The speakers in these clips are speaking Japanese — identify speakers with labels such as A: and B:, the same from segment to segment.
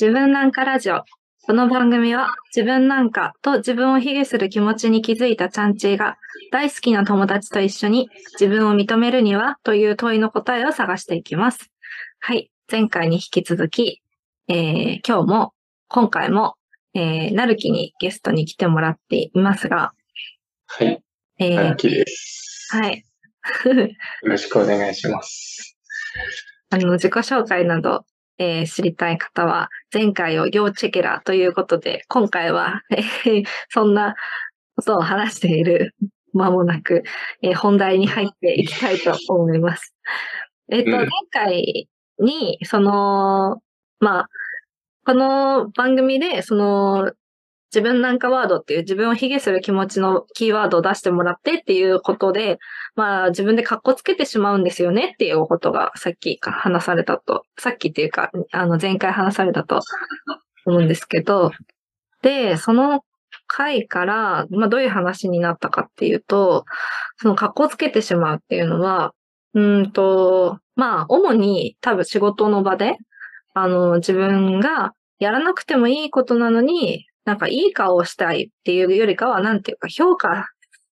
A: 自分なんかラジオ。この番組は自分なんかと自分を卑下する気持ちに気づいたちゃんちーが大好きな友達と一緒に自分を認めるにはという問いの答えを探していきます。はい。前回に引き続き、えー今日も今回も、えーなるきにゲストに来てもらっていますが、
B: はい、
A: えー
B: ラッキーです。
A: はい。
B: よろしくお願いします。
A: あの、自己紹介など、えー知りたい方は、前回を要チェケラということで、今回は、えーそんなことを話している間もなく、えー本題に入っていきたいと思います。えっと、
B: うん
A: 前回に、その、まあ、この番組で、その、自分なんかワードっていう自分を卑下する気持ちのキーワードを出してもらってっていうことで、まあ自分で格好つけてしまうんですよねっていうことがさっきか話されたと、さっきっていうか、あの前回話されたと思うんですけど、で、その回から、まあどういう話になったかっていうと、その格好つけてしまうっていうのは、うーんと、まあ主に多分仕事の場で、あの自分がやらなくてもいいことなのに、なんかいい顔をしたいっていうよりかは、なんていうか評価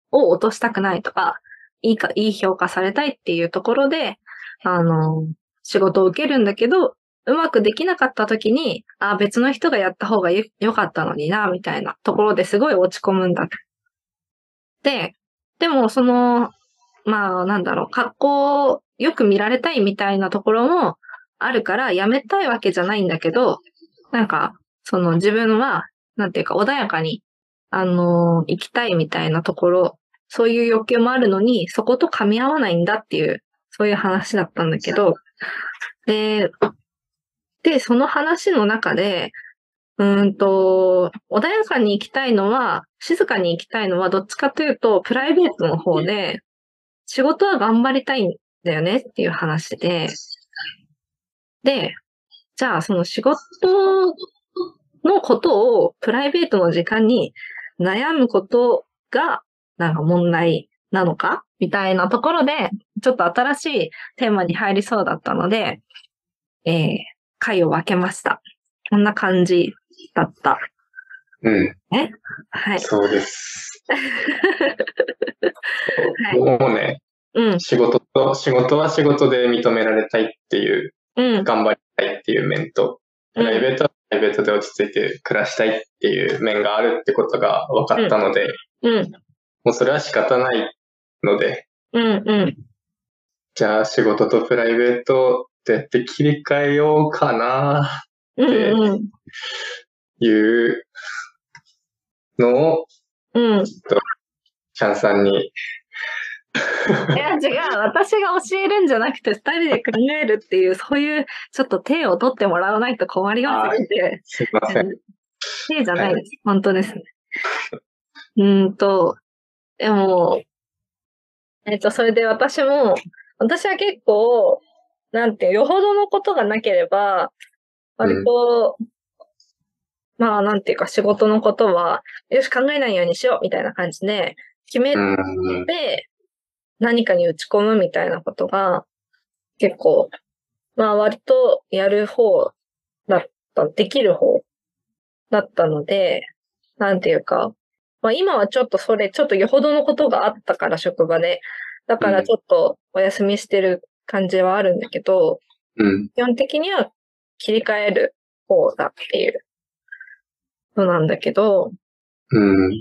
A: を落としたくないとか、いいか、いい評価されたいっていうところで、あの、仕事を受けるんだけど、うまくできなかった時に、あ、別の人がやった方がよ良かったのにな、みたいなところですごい落ち込むんだ。で、でもその、まあなんだろう、格好をよく見られたいみたいなところもあるから、やめたいわけじゃないんだけど、なんか、その自分は、なんていうか穏やかに、あのー生きたいみたいなところ、そういう欲求もあるのに、そこと噛み合わないんだっていう、そういう話だったんだけど、で、で、その話の中で、うーんと、穏やかに生きたいのは、静かに生きたいのは、どっちかというと、プライベートの方で、仕事は頑張りたいんだよねっていう話で、で、じゃあ、その仕事のことをプライベートの時間に悩むことが、なんか問題なのかみたいなところで、ちょっと新しいテーマに入りそうだったので、えー、回を分けました。こんな感じだった。
B: うん、
A: はい。
B: そう です。
A: はい
B: もうね、
A: うん、
B: 仕事と、仕事は仕事で認められたいっていう、
A: うん、
B: 頑張りたいっていう面と、プライベートはプライベートで落ち着いて暮らしたいっていう面があるってことが分かったので、
A: うん、
B: もうそれは仕方ないので、
A: うん、うん。
B: じゃあ仕事とプライベートどうやって切り替えようかな
A: うん、うん、
B: いうのを、
A: うん。
B: ちゃんさんに、
A: いや、違う。私が教えるんじゃなくて、二人で考えるっていう、そういう、ちょっと手を取ってもらわないと困りますので、
B: すいません。
A: 手じゃないです。本当ですね。うーんと、でも、えっと、それで私も、私は結構、なんていう、よほどのことがなければ、割と、まあ、なんていうか、仕事のことは、よし、考えないようにしよう、みたいな感じで、決め
B: うん、
A: で、何かに打ち込むみたいなことが、結構、まあ割とやる方だった、できる方だったので、なんていうか、まあ今はちょっとそれ、ちょっとよほどのことがあったから職場で、だからちょっとお休みしてる感じはあるんだけど、
B: うん、
A: 基本的には切り替える方だっていうのなんだけど、
B: うん、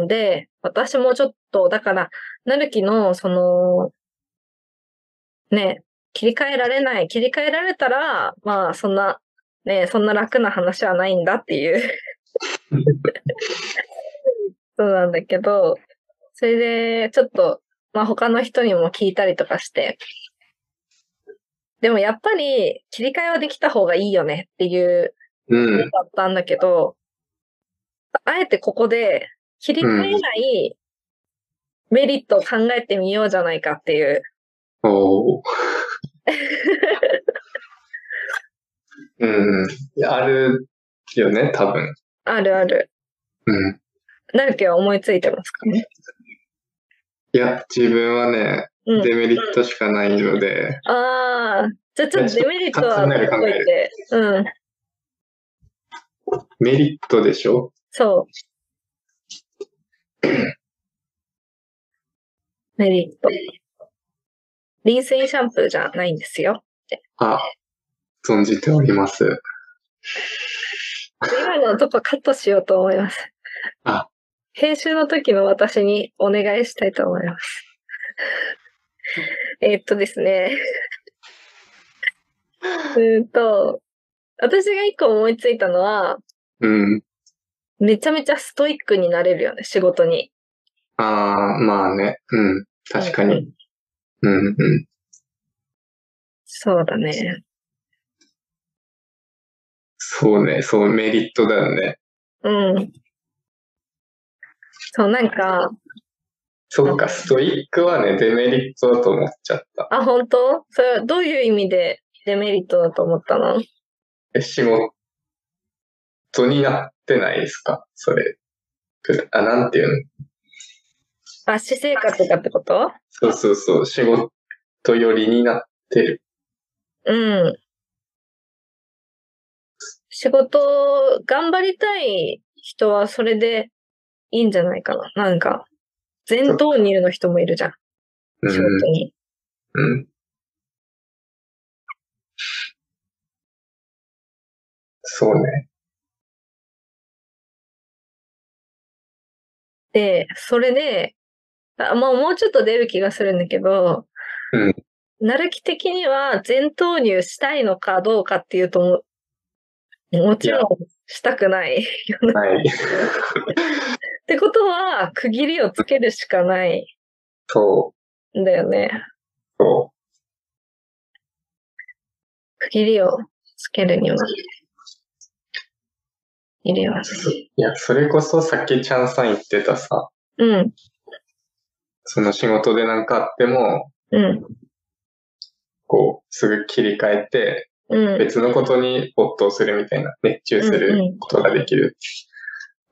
A: うん、で、私もちょっと、だから、なるきの、その、ね、切り替えられない。切り替えられたら、まあ、そんな、ね、そんな楽な話はないんだっていう。 そうなんだけど、それで、ちょっと、まあ、他の人にも聞いたりとかして、でもやっぱり、切り替えはできた方がいいよねっていう
B: うん、
A: だったんだけど、あえてここで切り替えないメリットを考えてみようじゃないかっていう。
B: おーうん、いやあるよね、多分。
A: あるある。
B: うん。
A: なるけは思いついてますかね。
B: いや、自分はね、
A: うん。
B: デメリットしかないので、
A: ああ、じゃあちょっとデメリットは置いといて。うん。
B: メリットでしょ
A: そう。メリット。リンスインシャンプーじゃないんですよ。
B: あ、存じております。
A: 今のとこカットしようと思います。
B: あ
A: 編集の時の私にお願いしたいと思います。えーっとですね。うーんと、私が一個思いついたのは、
B: うん。
A: めちゃめちゃストイックになれるよね、仕事に。
B: ああ、まあね。うん。確か
A: うん
B: に。うん、うん。
A: そうだね。
B: そうね。そう、メリットだよね。
A: うん。そう、なんか、
B: そうか、ストイックはね、デメリットだと思っちゃった。
A: あ、本当それはどういう意味でデメリットだと思ったの
B: え仕事になってないですかそれ。あ、なんていうの
A: あ、私生活がってこと
B: そうそうそう、仕事よりになってる。
A: うん。仕事、頑張りたい人はそれでいいんじゃないかな。なんか、全投入の人もいるじゃん、
B: う
A: 仕事
B: ん。
A: に。
B: うん、そう ね。
A: で、それで、あまあ、もうちょっと出る気がするんだけど、
B: うん
A: なるき的には全投入したいのかどうかっていうとも、もちろんしたくない。っ
B: はい。
A: てことは、区切りをつけるしかない
B: そ
A: んだよね。
B: う、そ
A: 区切りをつけるには。入れます。
B: う。いや、それこそさっきチャンさん言ってたさ、
A: うん、
B: その仕事でなんかあっても、
A: うん、
B: こう、すぐ切り替えて、
A: うん。
B: 別のことに没頭するみたいな、熱中す
A: うんう
B: る
A: ん
B: ことができる。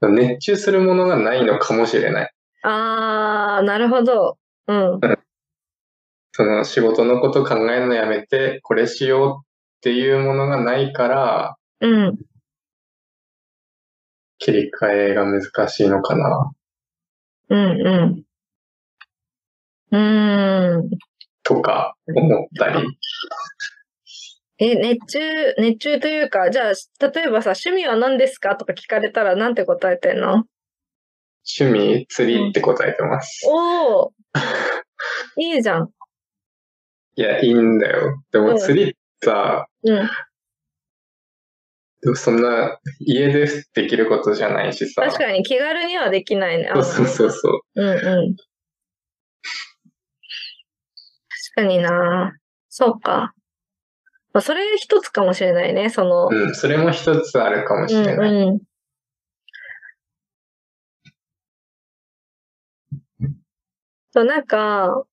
B: 熱中するものがないのかもしれない。
A: あー、なるほど。うん、
B: その仕事のこと考えるのやめて、これしようっていうものがないから、
A: うん。
B: 切り替えが難しいのかな。
A: うんうん。うーん。
B: とか、思ったり。
A: え、熱中、熱中というか、じゃあ、例えばさ、趣味は何ですかとか聞かれたら、なんて答えてんの
B: 趣味釣りって答えてます。
A: おー いいじゃん。
B: いや、いいんだよ。で
A: う
B: も
A: ん
B: 釣りってさ、
A: うん。
B: でもそんな家でできることじゃないしさ。
A: 確かに気軽にはできないね。あ
B: そうそうそうそう。
A: うんうん。確かになそうか。まあ、それ一つかもしれないね、その。
B: うん、それも一つあるかもしれない。
A: うんうん。そう、なんか、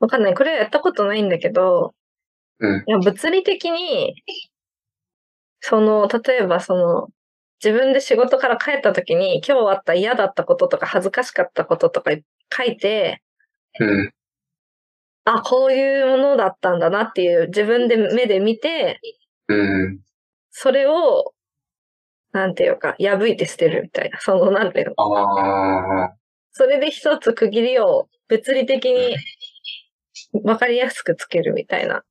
A: わかんない。これはやったことないんだけど、
B: うん
A: いや物理的に、その、例えばその、自分で仕事から帰った時に、今日あった嫌だったこととか恥ずかしかったこととか書いて、
B: うん、
A: あ、こういうものだったんだなっていう自分で目で見て、
B: うん。
A: それを、なんていうか、破いて捨てるみたいな。その、なんていうの。
B: ああ、
A: それで一つ区切りを物理的に分かりやすくつけるみたいな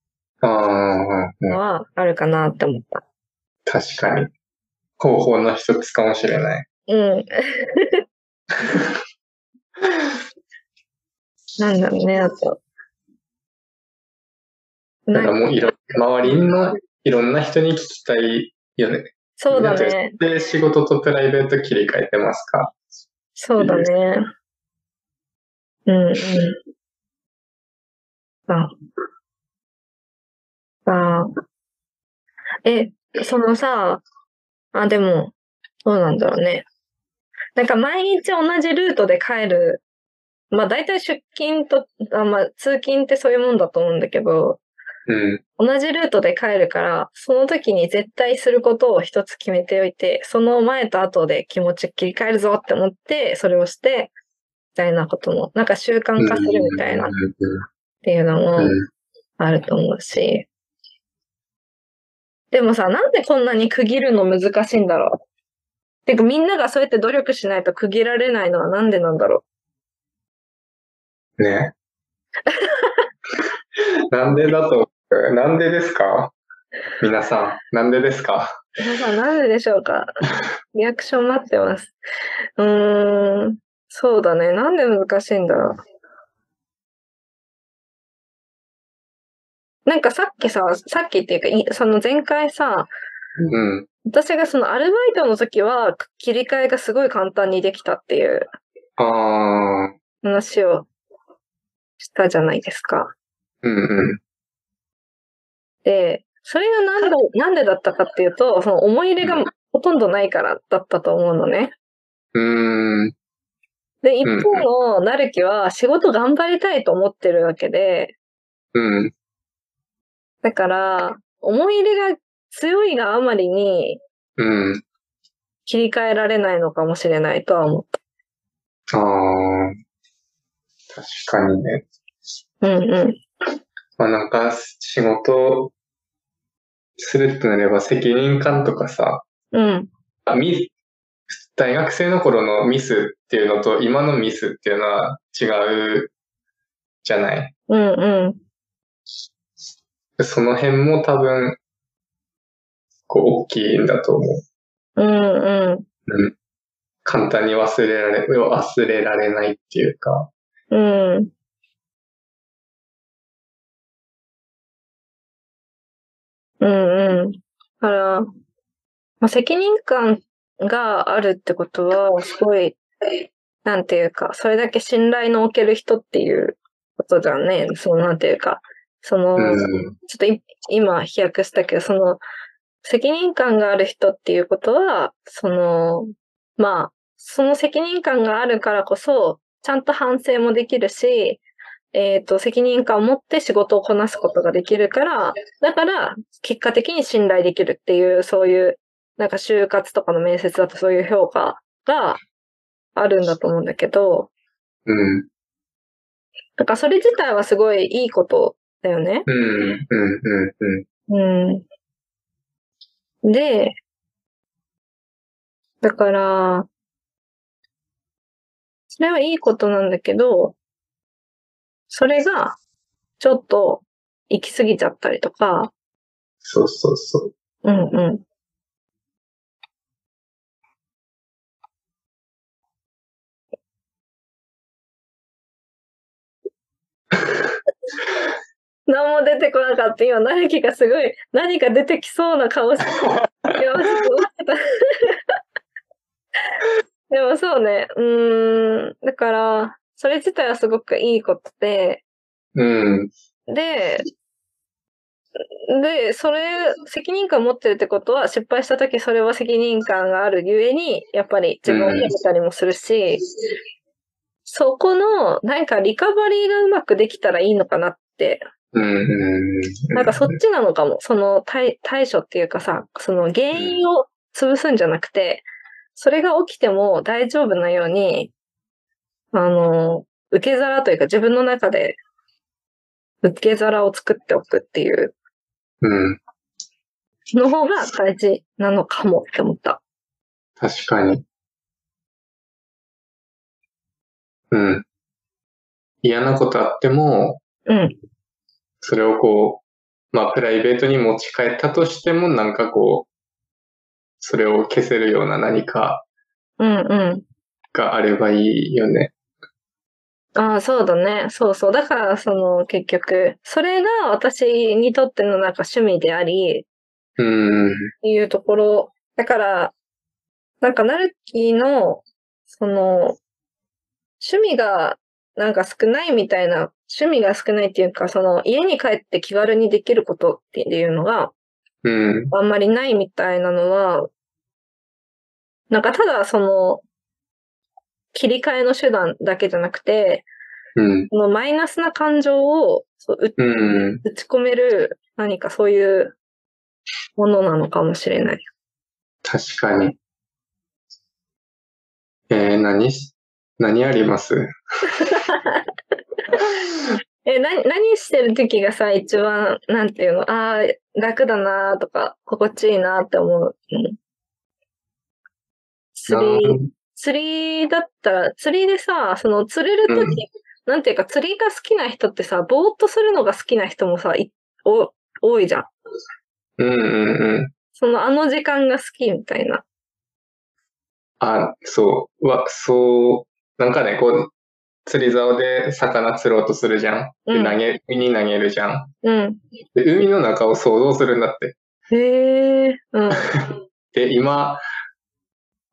B: ああ、
A: のはあるかなって思った。
B: 確かに。方法の一つかもしれない。
A: うん。なんだろうね、あと。
B: だ
A: な
B: から
A: んか
B: もういろ、周りのいろんな人に聞きたいよね。
A: そうだ
B: みんな
A: ね。
B: で仕事とプライベート切り替えてますか
A: そうだね。うん、うん。あ。あ。え、そのさ、あ、でも、どうなんだろうね。なんか毎日同じルートで帰る。まあ大体出勤と、あまあ通勤ってそういうもんだと思うんだけど、
B: うん。
A: 同じルートで帰るから、その時に絶対することを一つ決めておいて、その前と後で気持ち切り替えるぞって思って、それをして、みたいなことも、なんか習慣化するみたいな
B: う
A: っ
B: んうん
A: ていうの
B: う
A: も
B: んうん
A: あると思うし。でもさ、なんでこんなに区切るの難しいんだろう。てかみんながそうやって努力しないと区切られないのはなんでなんだろ
B: ね。 なんでだと、なんでですか皆さん、なんでですか
A: う。皆さんなんででしょうかリアクション待ってます。うーん。そうだね。なんで難しいんだろう。なんかさっきさ、さっきっていうか、いその前回さ、
B: うん。
A: 私がそのアルバイトの時は切り替えがすごい簡単にできたっていう
B: あー、
A: 話をしたじゃないですか。
B: うんうん。
A: で、それがなんだ、なんでだったかっていうと、その思い入れがほとんどないからだったと思うのね。
B: うーん。
A: で、一方のなるきは仕事頑張りたいと思ってるわけで、
B: うん。
A: だから、思い入れが強いがあまりに
B: うん。
A: 切り替えられないのかもしれないとは思っ
B: あー。確かにね。
A: た。うんうん。
B: まあなんか、仕事するってなれば責任感とかさ、
A: うん。
B: あミス大学生の頃のミスっていうのと今のミスっていうのは違うじゃない。
A: うんうん。
B: その辺も多分、こう、大きいんだと思
A: う
B: う。
A: んうん。
B: うん。簡単に忘れられ、忘れられないっていうか。
A: うん。うんうん。だから、まあ、責任感があるってことは、すごい、なんていうか、それだけ信頼の置ける人っていうことだね。その、なんていうか、その、
B: うん。
A: ちょっとい今飛躍したけど、その、責任感がある人っていうことは、その、まあ、その責任感があるからこそ、ちゃんと反省もできるし、えっ、と、責任感を持って仕事をこなすことができるから、だから、結果的に信頼できるっていう、そういう、なんか就活とかの面接だとそういう評価があるんだと思うんだけど、
B: うん。
A: だからそれ自体はすごいいいことだよね。
B: うん。うん。うん。
A: うん。で、だから、それはいいことなんだけど、それが、ちょっと、行き過ぎちゃったりとか、
B: そうそうそう。
A: うんうん。何も出てこなかった。今、なるきがすごい、何か出てきそうな顔して、いやちょっと待ってたでもそうね、うーん、だから、それ自体はすごくいいことで、
B: うん。
A: で、で、それ、責任感持ってるってことは、失敗したときそれは責任感があるゆえに、やっぱり自分を責めたりもするし、そこの、なんかリカバリーがうまくできたらいいのかなって、
B: うん。うん。
A: なんかそっちなのかも。その対対処っていうかさ、その原因を潰すんじゃなくて、それが起きても大丈夫なように、あの、受け皿というか自分の中で受け皿を作っておくっていう
B: うん。
A: の方が大事なのかもって思った。
B: 確かに。うん。嫌なことあっても、
A: うん。
B: それをこう、まあ、プライベートに持ち帰ったとしても、なんかこう、それを消せるような何か
A: うんう
B: があればいいよね。
A: ん。ああ、そうだね。そうそう。だから、その、結局、それが私にとってのなんか趣味であり、
B: うん。
A: っていうところ。だから、なんか、なるきの、その、趣味が、なんか少ないみたいな、趣味が少ないっていうか、その、家に帰って気軽にできることっていうのが、
B: うん。
A: あんまりないみたいなのは、なんか、ただ、その、切り替えの手段だけじゃなくて、
B: うん。
A: そのマイナスな感情をそうう
B: うん。
A: 打ち込める、何かそういうものなのかもしれない。
B: 確かに。えー、何し、何あります
A: え、な、何してる時がさ、一番、なんていうの、ああ、楽だなーとか、心地いいなーって思うの。釣り、釣りだったら、釣りでさ、その釣れる時、
B: うん
A: なんていうか、釣りが好きな人ってさ、ぼーっとするのが好きな人もさ、いお多いじゃん。
B: うんうんうん。
A: その、あの時間が好きみたいな。
B: あ、そう。わ、そう。なんかね、こう、釣り竿で魚釣ろうとするじゃん。
A: う
B: で、
A: ん
B: 投げ、海に投げるじゃん。
A: うん。
B: で、海の中を想像するんだって。
A: へえ、 うん。
B: で、今、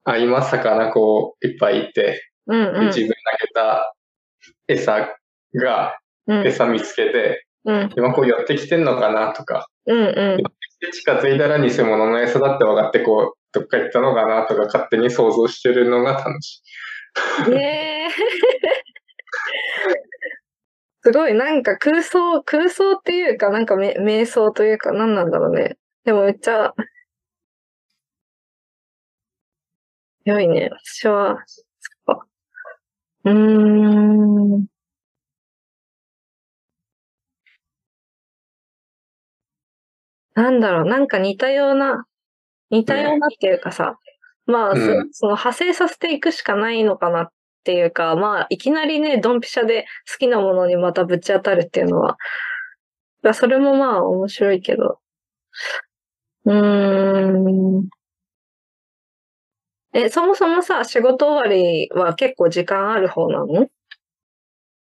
B: あ、今、魚こう、いっぱいいて、
A: うん
B: で、自分投げた餌が、
A: うん。うん。
B: 餌見つけて、
A: うん。
B: 今こう寄ってきてんのかなとか、
A: うんうん。
B: で近づいたら偽物の餌だって分かって、こう、どっか行ったのかなとか、勝手に想像してるのが楽しい。
A: ねえ。 すごい、なんか空想、空想っていうか、なんかめ瞑想というか、何なんだろうね。でもめっちゃ、良いね。私は、そっか。うーん。なんだろう、なんか似たような、似たようなっていうかさ、まあ、そ
B: うん
A: その派生させていくしかないのかなっていうか、まあ、いきなりね、ドンピシャで好きなものにまたぶち当たるっていうのは、だからそれもまあ面白いけど。うーん。え、そもそもさ、仕事終わりは結構時間ある方なの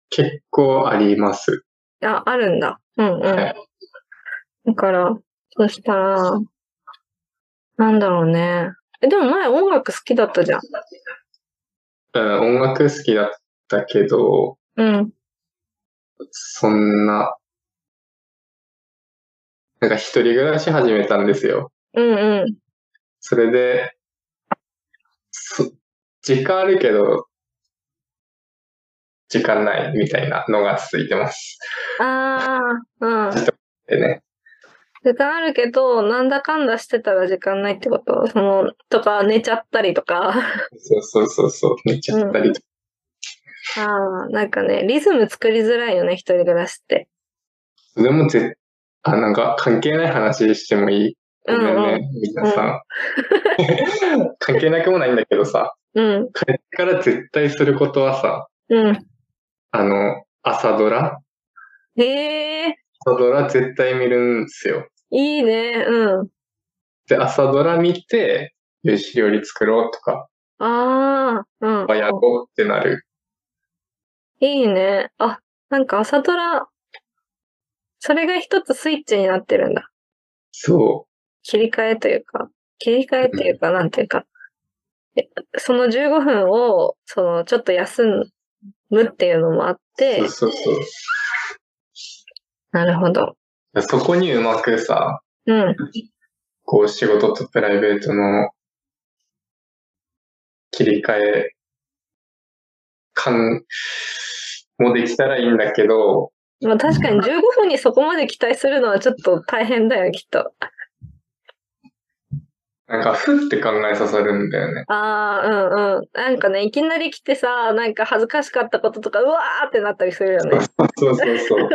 B: 結構あります。
A: あ、あるんだ。うんうん。
B: はい
A: だから、そしたら、なんだろうね。え、でも前音楽好きだったじゃん。
B: うん、音楽好きだったけど、
A: うん。
B: そんな、なんか一人暮らし始めたんですよ。
A: うんうん。
B: それで、そ時間あるけど、時間ないみたいなのが続いてます。
A: ああ、うん。
B: でね。
A: 時間あるけど、なんだかんだしてたら時間ないってことその、とか、寝ちゃったりと か。
B: そうそうそうそう、寝ちゃったりとか。
A: ああ、なんかね、リズム作りづらいよね、一人暮らしって。
B: でもぜあ、なんか関係ない話してもいい
A: うん
B: ごめんね、皆さん。 関係なくもないんだけどさ、
A: うん、
B: 帰ってから絶対することはさ、
A: うん。
B: あの、朝ドラ
A: へえ、
B: 朝ドラ絶対見るんですよ。
A: いいね、うん。
B: で、朝ドラ見て、よし、料理作ろうとか、
A: ああ、うん。
B: やろうってなる。
A: いいね。あ、なんか朝ドラ、それが一つスイッチになってるんだ。
B: そ
A: 切り替えというか、切り替えというか、なんていうか、えその15分を、その、ちょっと休むっていうのもあっ
B: う。
A: て
B: そう、そうそうい
A: なるほど。
B: や。そこにうまくさ、
A: うん、
B: こう仕事とプライベートの切り替え感もできたらいいんだけど、
A: まあ確かに15分にそこまで期待するのはちょっと大変だよ、きっと。
B: なんかふって考えさせるんだよね。
A: ああ、うんうん。なんかね、いきなり来てさ、なんか恥ずかしかったこととか、うわーってなったりするよね。
B: そうそうそう。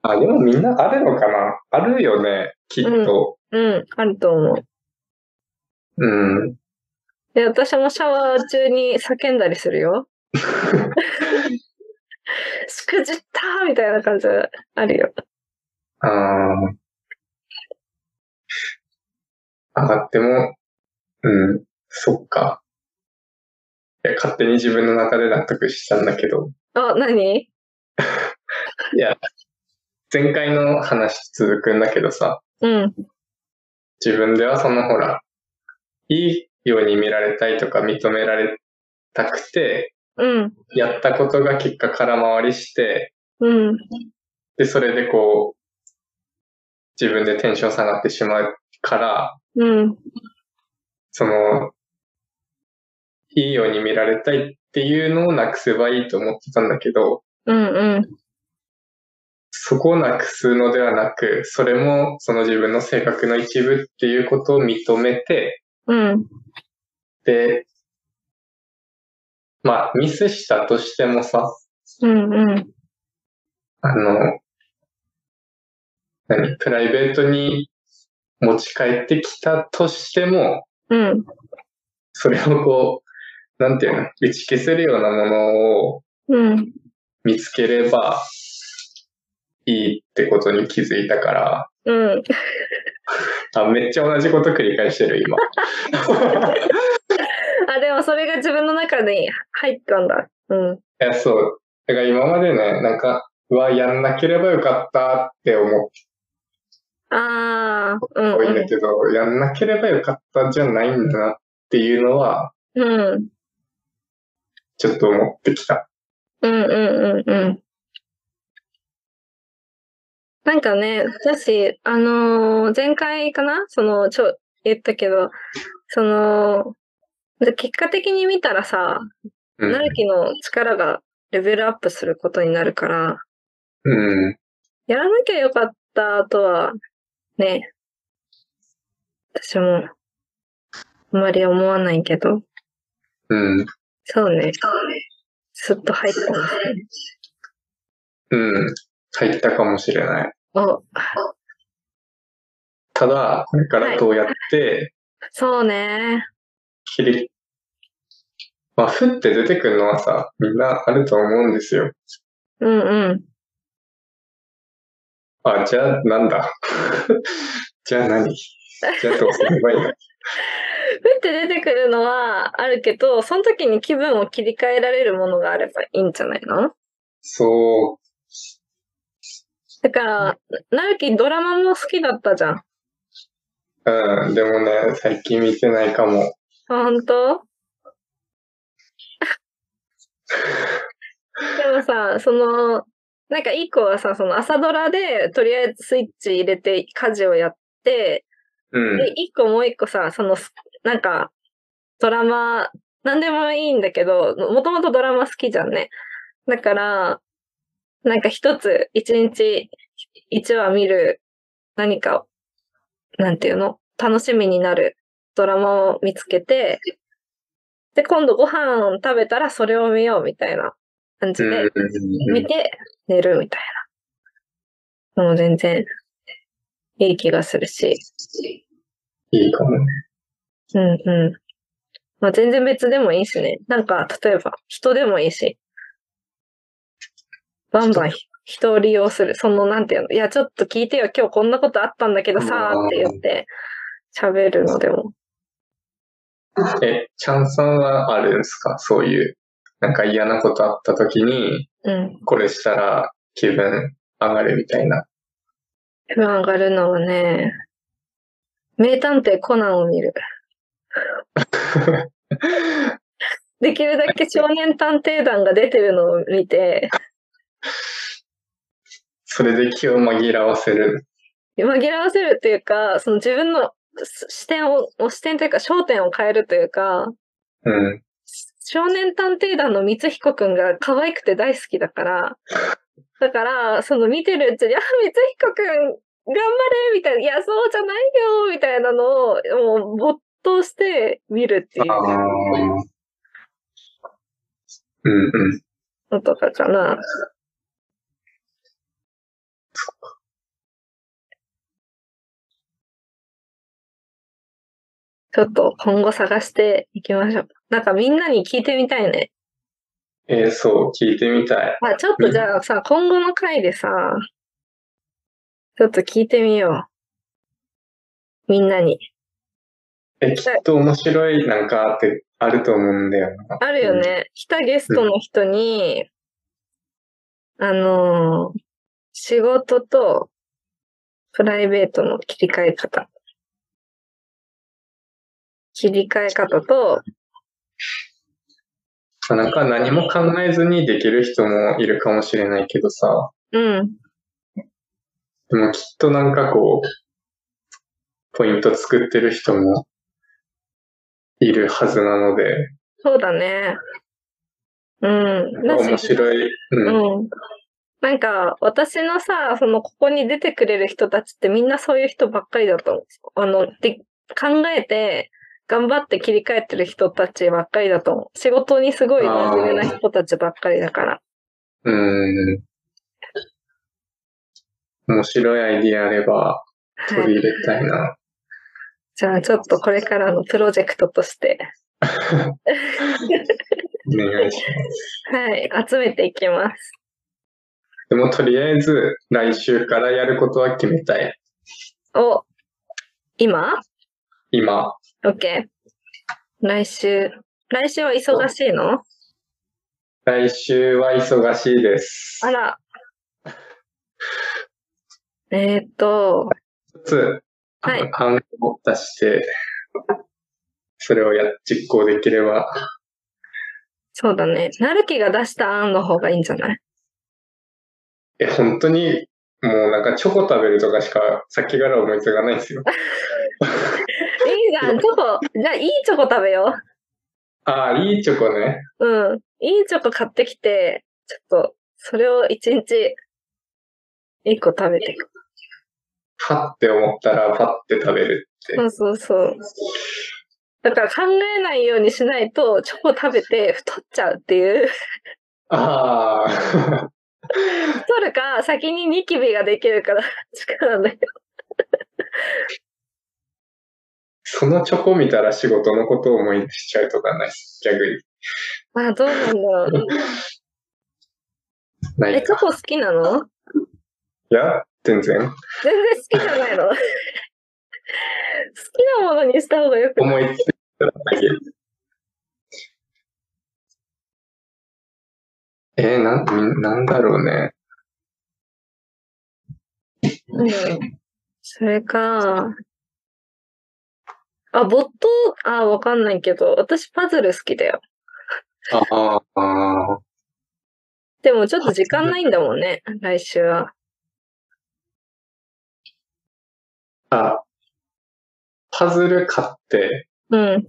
B: あ、でもみんなあるのかなあるよね、きっと。
A: うん、あると思う。
B: うん。
A: で、私もシャワー中に叫んだりする よ。しくじったーみたいな感じあるよ。
B: あーあ、でも、うん、そっか。いや、勝手に自分の中で納得したんだけど、
A: あ、何
B: 前回の話続くんだけどさ、
A: うん、
B: 自分ではそのほら、いいように見られたいとか認められたくて、
A: うん、
B: やったことが結果空回りして、
A: うん、
B: で、それでこう、自分でテンション下がってしまうから、
A: うん、
B: その、いいように見られたいっていうのをなくせばいいと思ってたんだけど、
A: うん、うん。
B: そこをなくすのではなく、それもその自分の性格の一部っていうことを認めて、
A: うん、
B: で、まあ、ミスしたとしてもさ、
A: うんうん。
B: あの、何プライベートに持ち帰ってきたとしても、
A: うん。
B: それをこう、なんていうの、打ち消せるようなものを
A: うん。
B: 見つければいいってことに気づいたから、
A: うん。
B: あ、めっちゃ同じこと繰り返してる、今。
A: あ、でもそれが自分の中に入ったんだ。うん。
B: いや、そう。だから今までね、なんか、うわ、やんなければよかったって思って
A: ああ、う
B: 多いんだ
A: ん
B: けど、やんなければよかったじゃないんだなっていうのは、
A: うん。うん。
B: ちょっと思ってきた。
A: うんうんうんうん。なんかね、私、あのー前回かなその、ちょ、言ったけど、その、で結果的に見たらさ、
B: うん。
A: なるきの力がレベルアップすることになるから、
B: うん。
A: やらなきゃよかったとは、ね、私も、あんまり思わないけど、
B: うん。
A: そうね、すっと入ったんですね。
B: うん。入ったかもしれない。
A: お、
B: ただ、これからどうやって
A: そうね。
B: 切り、まあ、ふって出てくるのはさ、みんなあると思うんですよ。
A: うんうん。
B: あ、じゃあ、なんだ。 じゃあ何じゃあどうすればいいの
A: ふって出てくるのはあるけど、その時に気分を切り替えられるものがあればいいんじゃないの
B: そ
A: だから、なるきドラマも好きだったじゃん。あ
B: う、うん、でもね、最近見てないかも。
A: ほんとでもさ、その、なんか一個はさ、その朝ドラで、とりあえずスイッチ入れて家事をやって、
B: うん、
A: で、一個もう一個さ、その、すなんか、ドラマ、なんでもいいんだけど、もともとドラマ好きじゃんね。だから、なんか一つ、一日、一話見る、何かを、なんていうの楽しみになるドラマを見つけて、で、今度ご飯食べたらそれを見ようみたいな感じ
B: うん、
A: で、
B: う
A: 見
B: ん
A: て寝るみたいな。もう全然、いい気がするし。
B: いいかもね。
A: うんうん。まあ、全然別でもいいしね。なんか、例えば、人でもいいし。バンバンひ人を利用する。その、なんていうの。いや、ちょっと聞いてよ。今日こんなことあったんだけどさー
B: うん
A: って言って、喋るのでも。
B: え、チャンさんはあるんですかそういう、なんか嫌なことあった時に、
A: うん。
B: これしたら気分上がるみたいな。
A: 気分上がるのはね、名探偵コナンを見る。できるだけ少年探偵団が出てるのを見て、
B: それで気を紛らわせる。
A: 紛らわせるっていうか、その自分のす視点を、視点というか焦点を変えるというか、
B: うん。
A: 少年探偵団の光彦くんが可愛くて大好きだから、だから、その見てるうちに、あ、光彦くん、頑張れみたいな、いや、そうじゃないよみたいなのを、もう、没頭して見るっていう
B: ああ。うんうん。
A: のとかかな。ちょっと今後探していきましょう。なんかみんなに聞いてみたいね。
B: えーそう、聞いてみたい。
A: あ、ちょっとじゃあさ、今後の回でさ、ちょっと聞いてみよう。みんなに。
B: え、きっと面白いなんかってあると思うんだよな。
A: あるよね。来たゲストの人に、あのー仕事とプライベートの切り替え方。切り替え方と、
B: なんか何も考えずにできる人もいるかもしれないけどさ、
A: うん、
B: でもきっとなんかこう、ポイント作ってる人もいるはずなので、
A: そうだね。うん。だし
B: 面白い。うん。
A: うん。なんか、私のさ、その、ここに出てくれる人たちってみんなそういう人ばっかりだと思う。あの、で、考えて、頑張って切り替えてる人たちばっかりだと思う。仕事にすごい真面目な人たちばっかりだから。
B: ううん。面白いアイディアあれば取
A: はい。
B: り入れたいな。
A: じゃあ、ちょっとこれからのプロジェクトとして、
B: お願いします。
A: はい、集めていきます。
B: でもとりあえず来週からやることは決めたい。
A: お、今
B: 今。
A: ?OK。来週。来週は忙しいの
B: 来週は忙しいです。
A: あ ら。えーっと、
B: 一つ、
A: はい
B: 案を出して、それをや、実行できれば、
A: そうだね。なるきが出した案の方がいいんじゃない
B: え、本当に、もうなんかチョコ食べるとかしか、さっきから思いつかないんですよ。
A: いいじゃん、チョコ。じゃあ、いいチョコ食べよ
B: ああ、いいチョコね。
A: う。うん。いいチョコ買ってきて、ちょっと、それを一日、一個食べていく。
B: パって思ったら、パって食べるって。
A: そうそうそう。だから考えないようにしないと、チョコ食べて太っちゃうっていう。
B: ああ、
A: 太るか、先にニキビができるから、力なんだけど。
B: そのチョコ見たら仕事のことを思い出しちゃうとかない逆に。
A: まあ、どうなんだろう。
B: な
A: え、
B: い
A: チ
B: か。
A: ョコ好きなの
B: いや、全然。
A: 全然好きじゃないの 好きなものにした方がよくない
B: 思いついただけ。えー、なん、なんだろうね。
A: うん。それか。あ、ボット、あ、わかんないけど、私パズル好きだよ。
B: ああ、
A: でもちょっと時間ないんだもんね、来週は。
B: あ、パズル買って、
A: うん。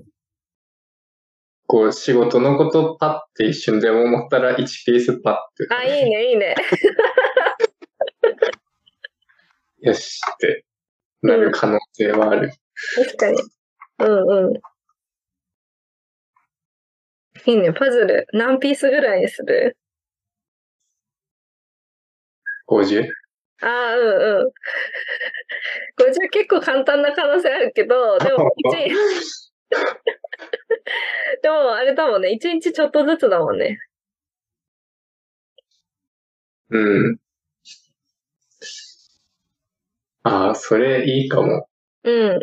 B: こう、仕事のことパッて一瞬でも思ったら1ピースパッ
A: あ、いいね、いいね。
B: て、よしってなる可能性はある。
A: 確かに。うんうん。いいね、パズル。何ピースぐらいにする
B: 50?
A: ああ、うんうん。50結構簡単な可能性あるけど、でも一 日、でもあれだもんね、一日ちょっとずつだもんね。
B: うん。ああ、それいいかも。
A: うん。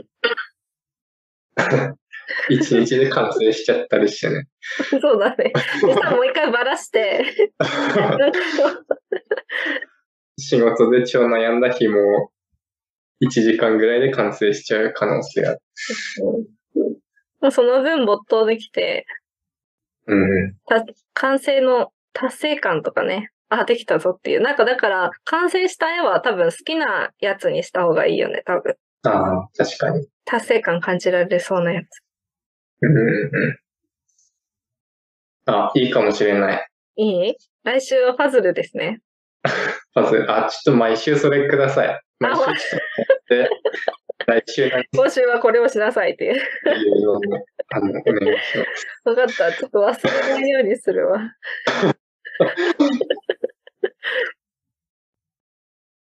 B: 1日で完成しちゃったりして ね。
A: そうだね。そしたらもう一回ばらして、なんか
B: 仕事で超悩んだ日も、1時間ぐらいで完成しちゃう可能性ある。
A: もうその分没頭できて、
B: うん。
A: 完成の達成感とかね、あ、できたぞっていう。なんかだから、完成した絵は多分好きなやつにした方がいいよね、多分。
B: ああ、確かに。
A: 達成感感じられそうなやつ。
B: うんうんうん。あ、いいかもしれない。
A: いい来週はパズルですね。
B: まず、あ、ちょっと毎週それください。毎週ちょっとやって、来週何
A: 今週はこれをしなさいっていう。
B: ていうのを、あの、お願いします。
A: わかった。ちょっと忘れないようにするわ。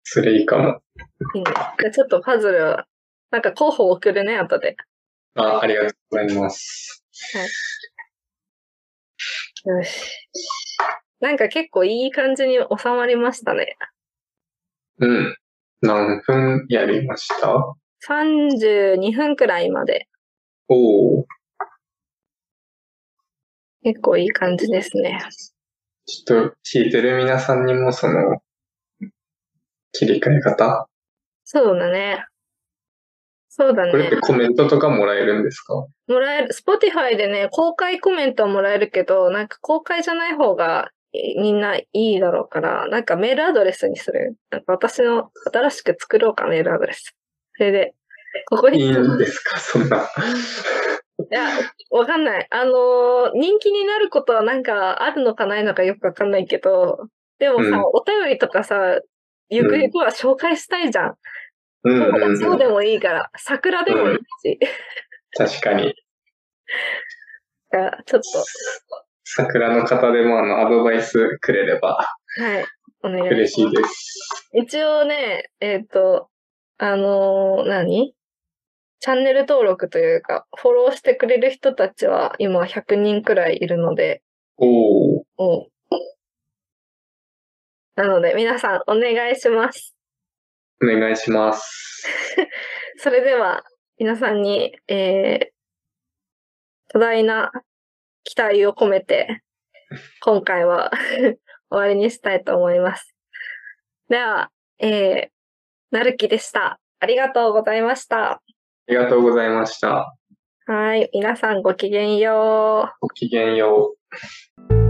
B: それいいかも。
A: いいね。じゃあちょっとパズルは、なんか候補送るね、後で。
B: あ、ありがとうございます。
A: よし。なんか結構いい感じに収まりましたね。
B: うん。何分やりました
A: 32分くらいまで。
B: おお。
A: 結構いい感じですね。
B: ちょっと聞いてる皆さんにもその、切り替え方
A: そうだね。そうだ
B: これっ
A: ね
B: て。コメントとかもらえるんですか
A: もらえる、Spotify でね、公開コメントはもらえるけど、なんか公開じゃない方がえみんないいだろうから、なんかメールアドレスにする。なんか私の新しく作ろうか、メールアドレス。それで、ここ
B: い
A: に、
B: い
A: い
B: んですかそんな。
A: や、わかんない。あのー人気になることはなんかあるのかないのかよくわかんないけど、でもさ、
B: うん
A: お便りとかさ、ゆくゆくは紹介したいじゃん。
B: うん
A: 友
B: うん、
A: 達
B: う
A: を
B: ん。
A: でもいいから、桜でもいいし、
B: 確かに。
A: なんかちょっと、
B: 桜の方でもあの、アドバイスくれれば。
A: はい。お願いします。
B: 嬉しいです。
A: 一応ね、えっ、と、あのー何チャンネル登録というか、フォローしてくれる人たちは今100人くらいいるので、
B: おー、
A: おなので皆さんお願いします。
B: お願いします。
A: それでは皆さんに、えー、多大な期待を込めて、今回は 終わりにしたいと思います。では、えー、なるきでした。ありがとうございました。
B: ありがとうございました。
A: はい。皆さんごきげんよう。
B: ごきげんよう。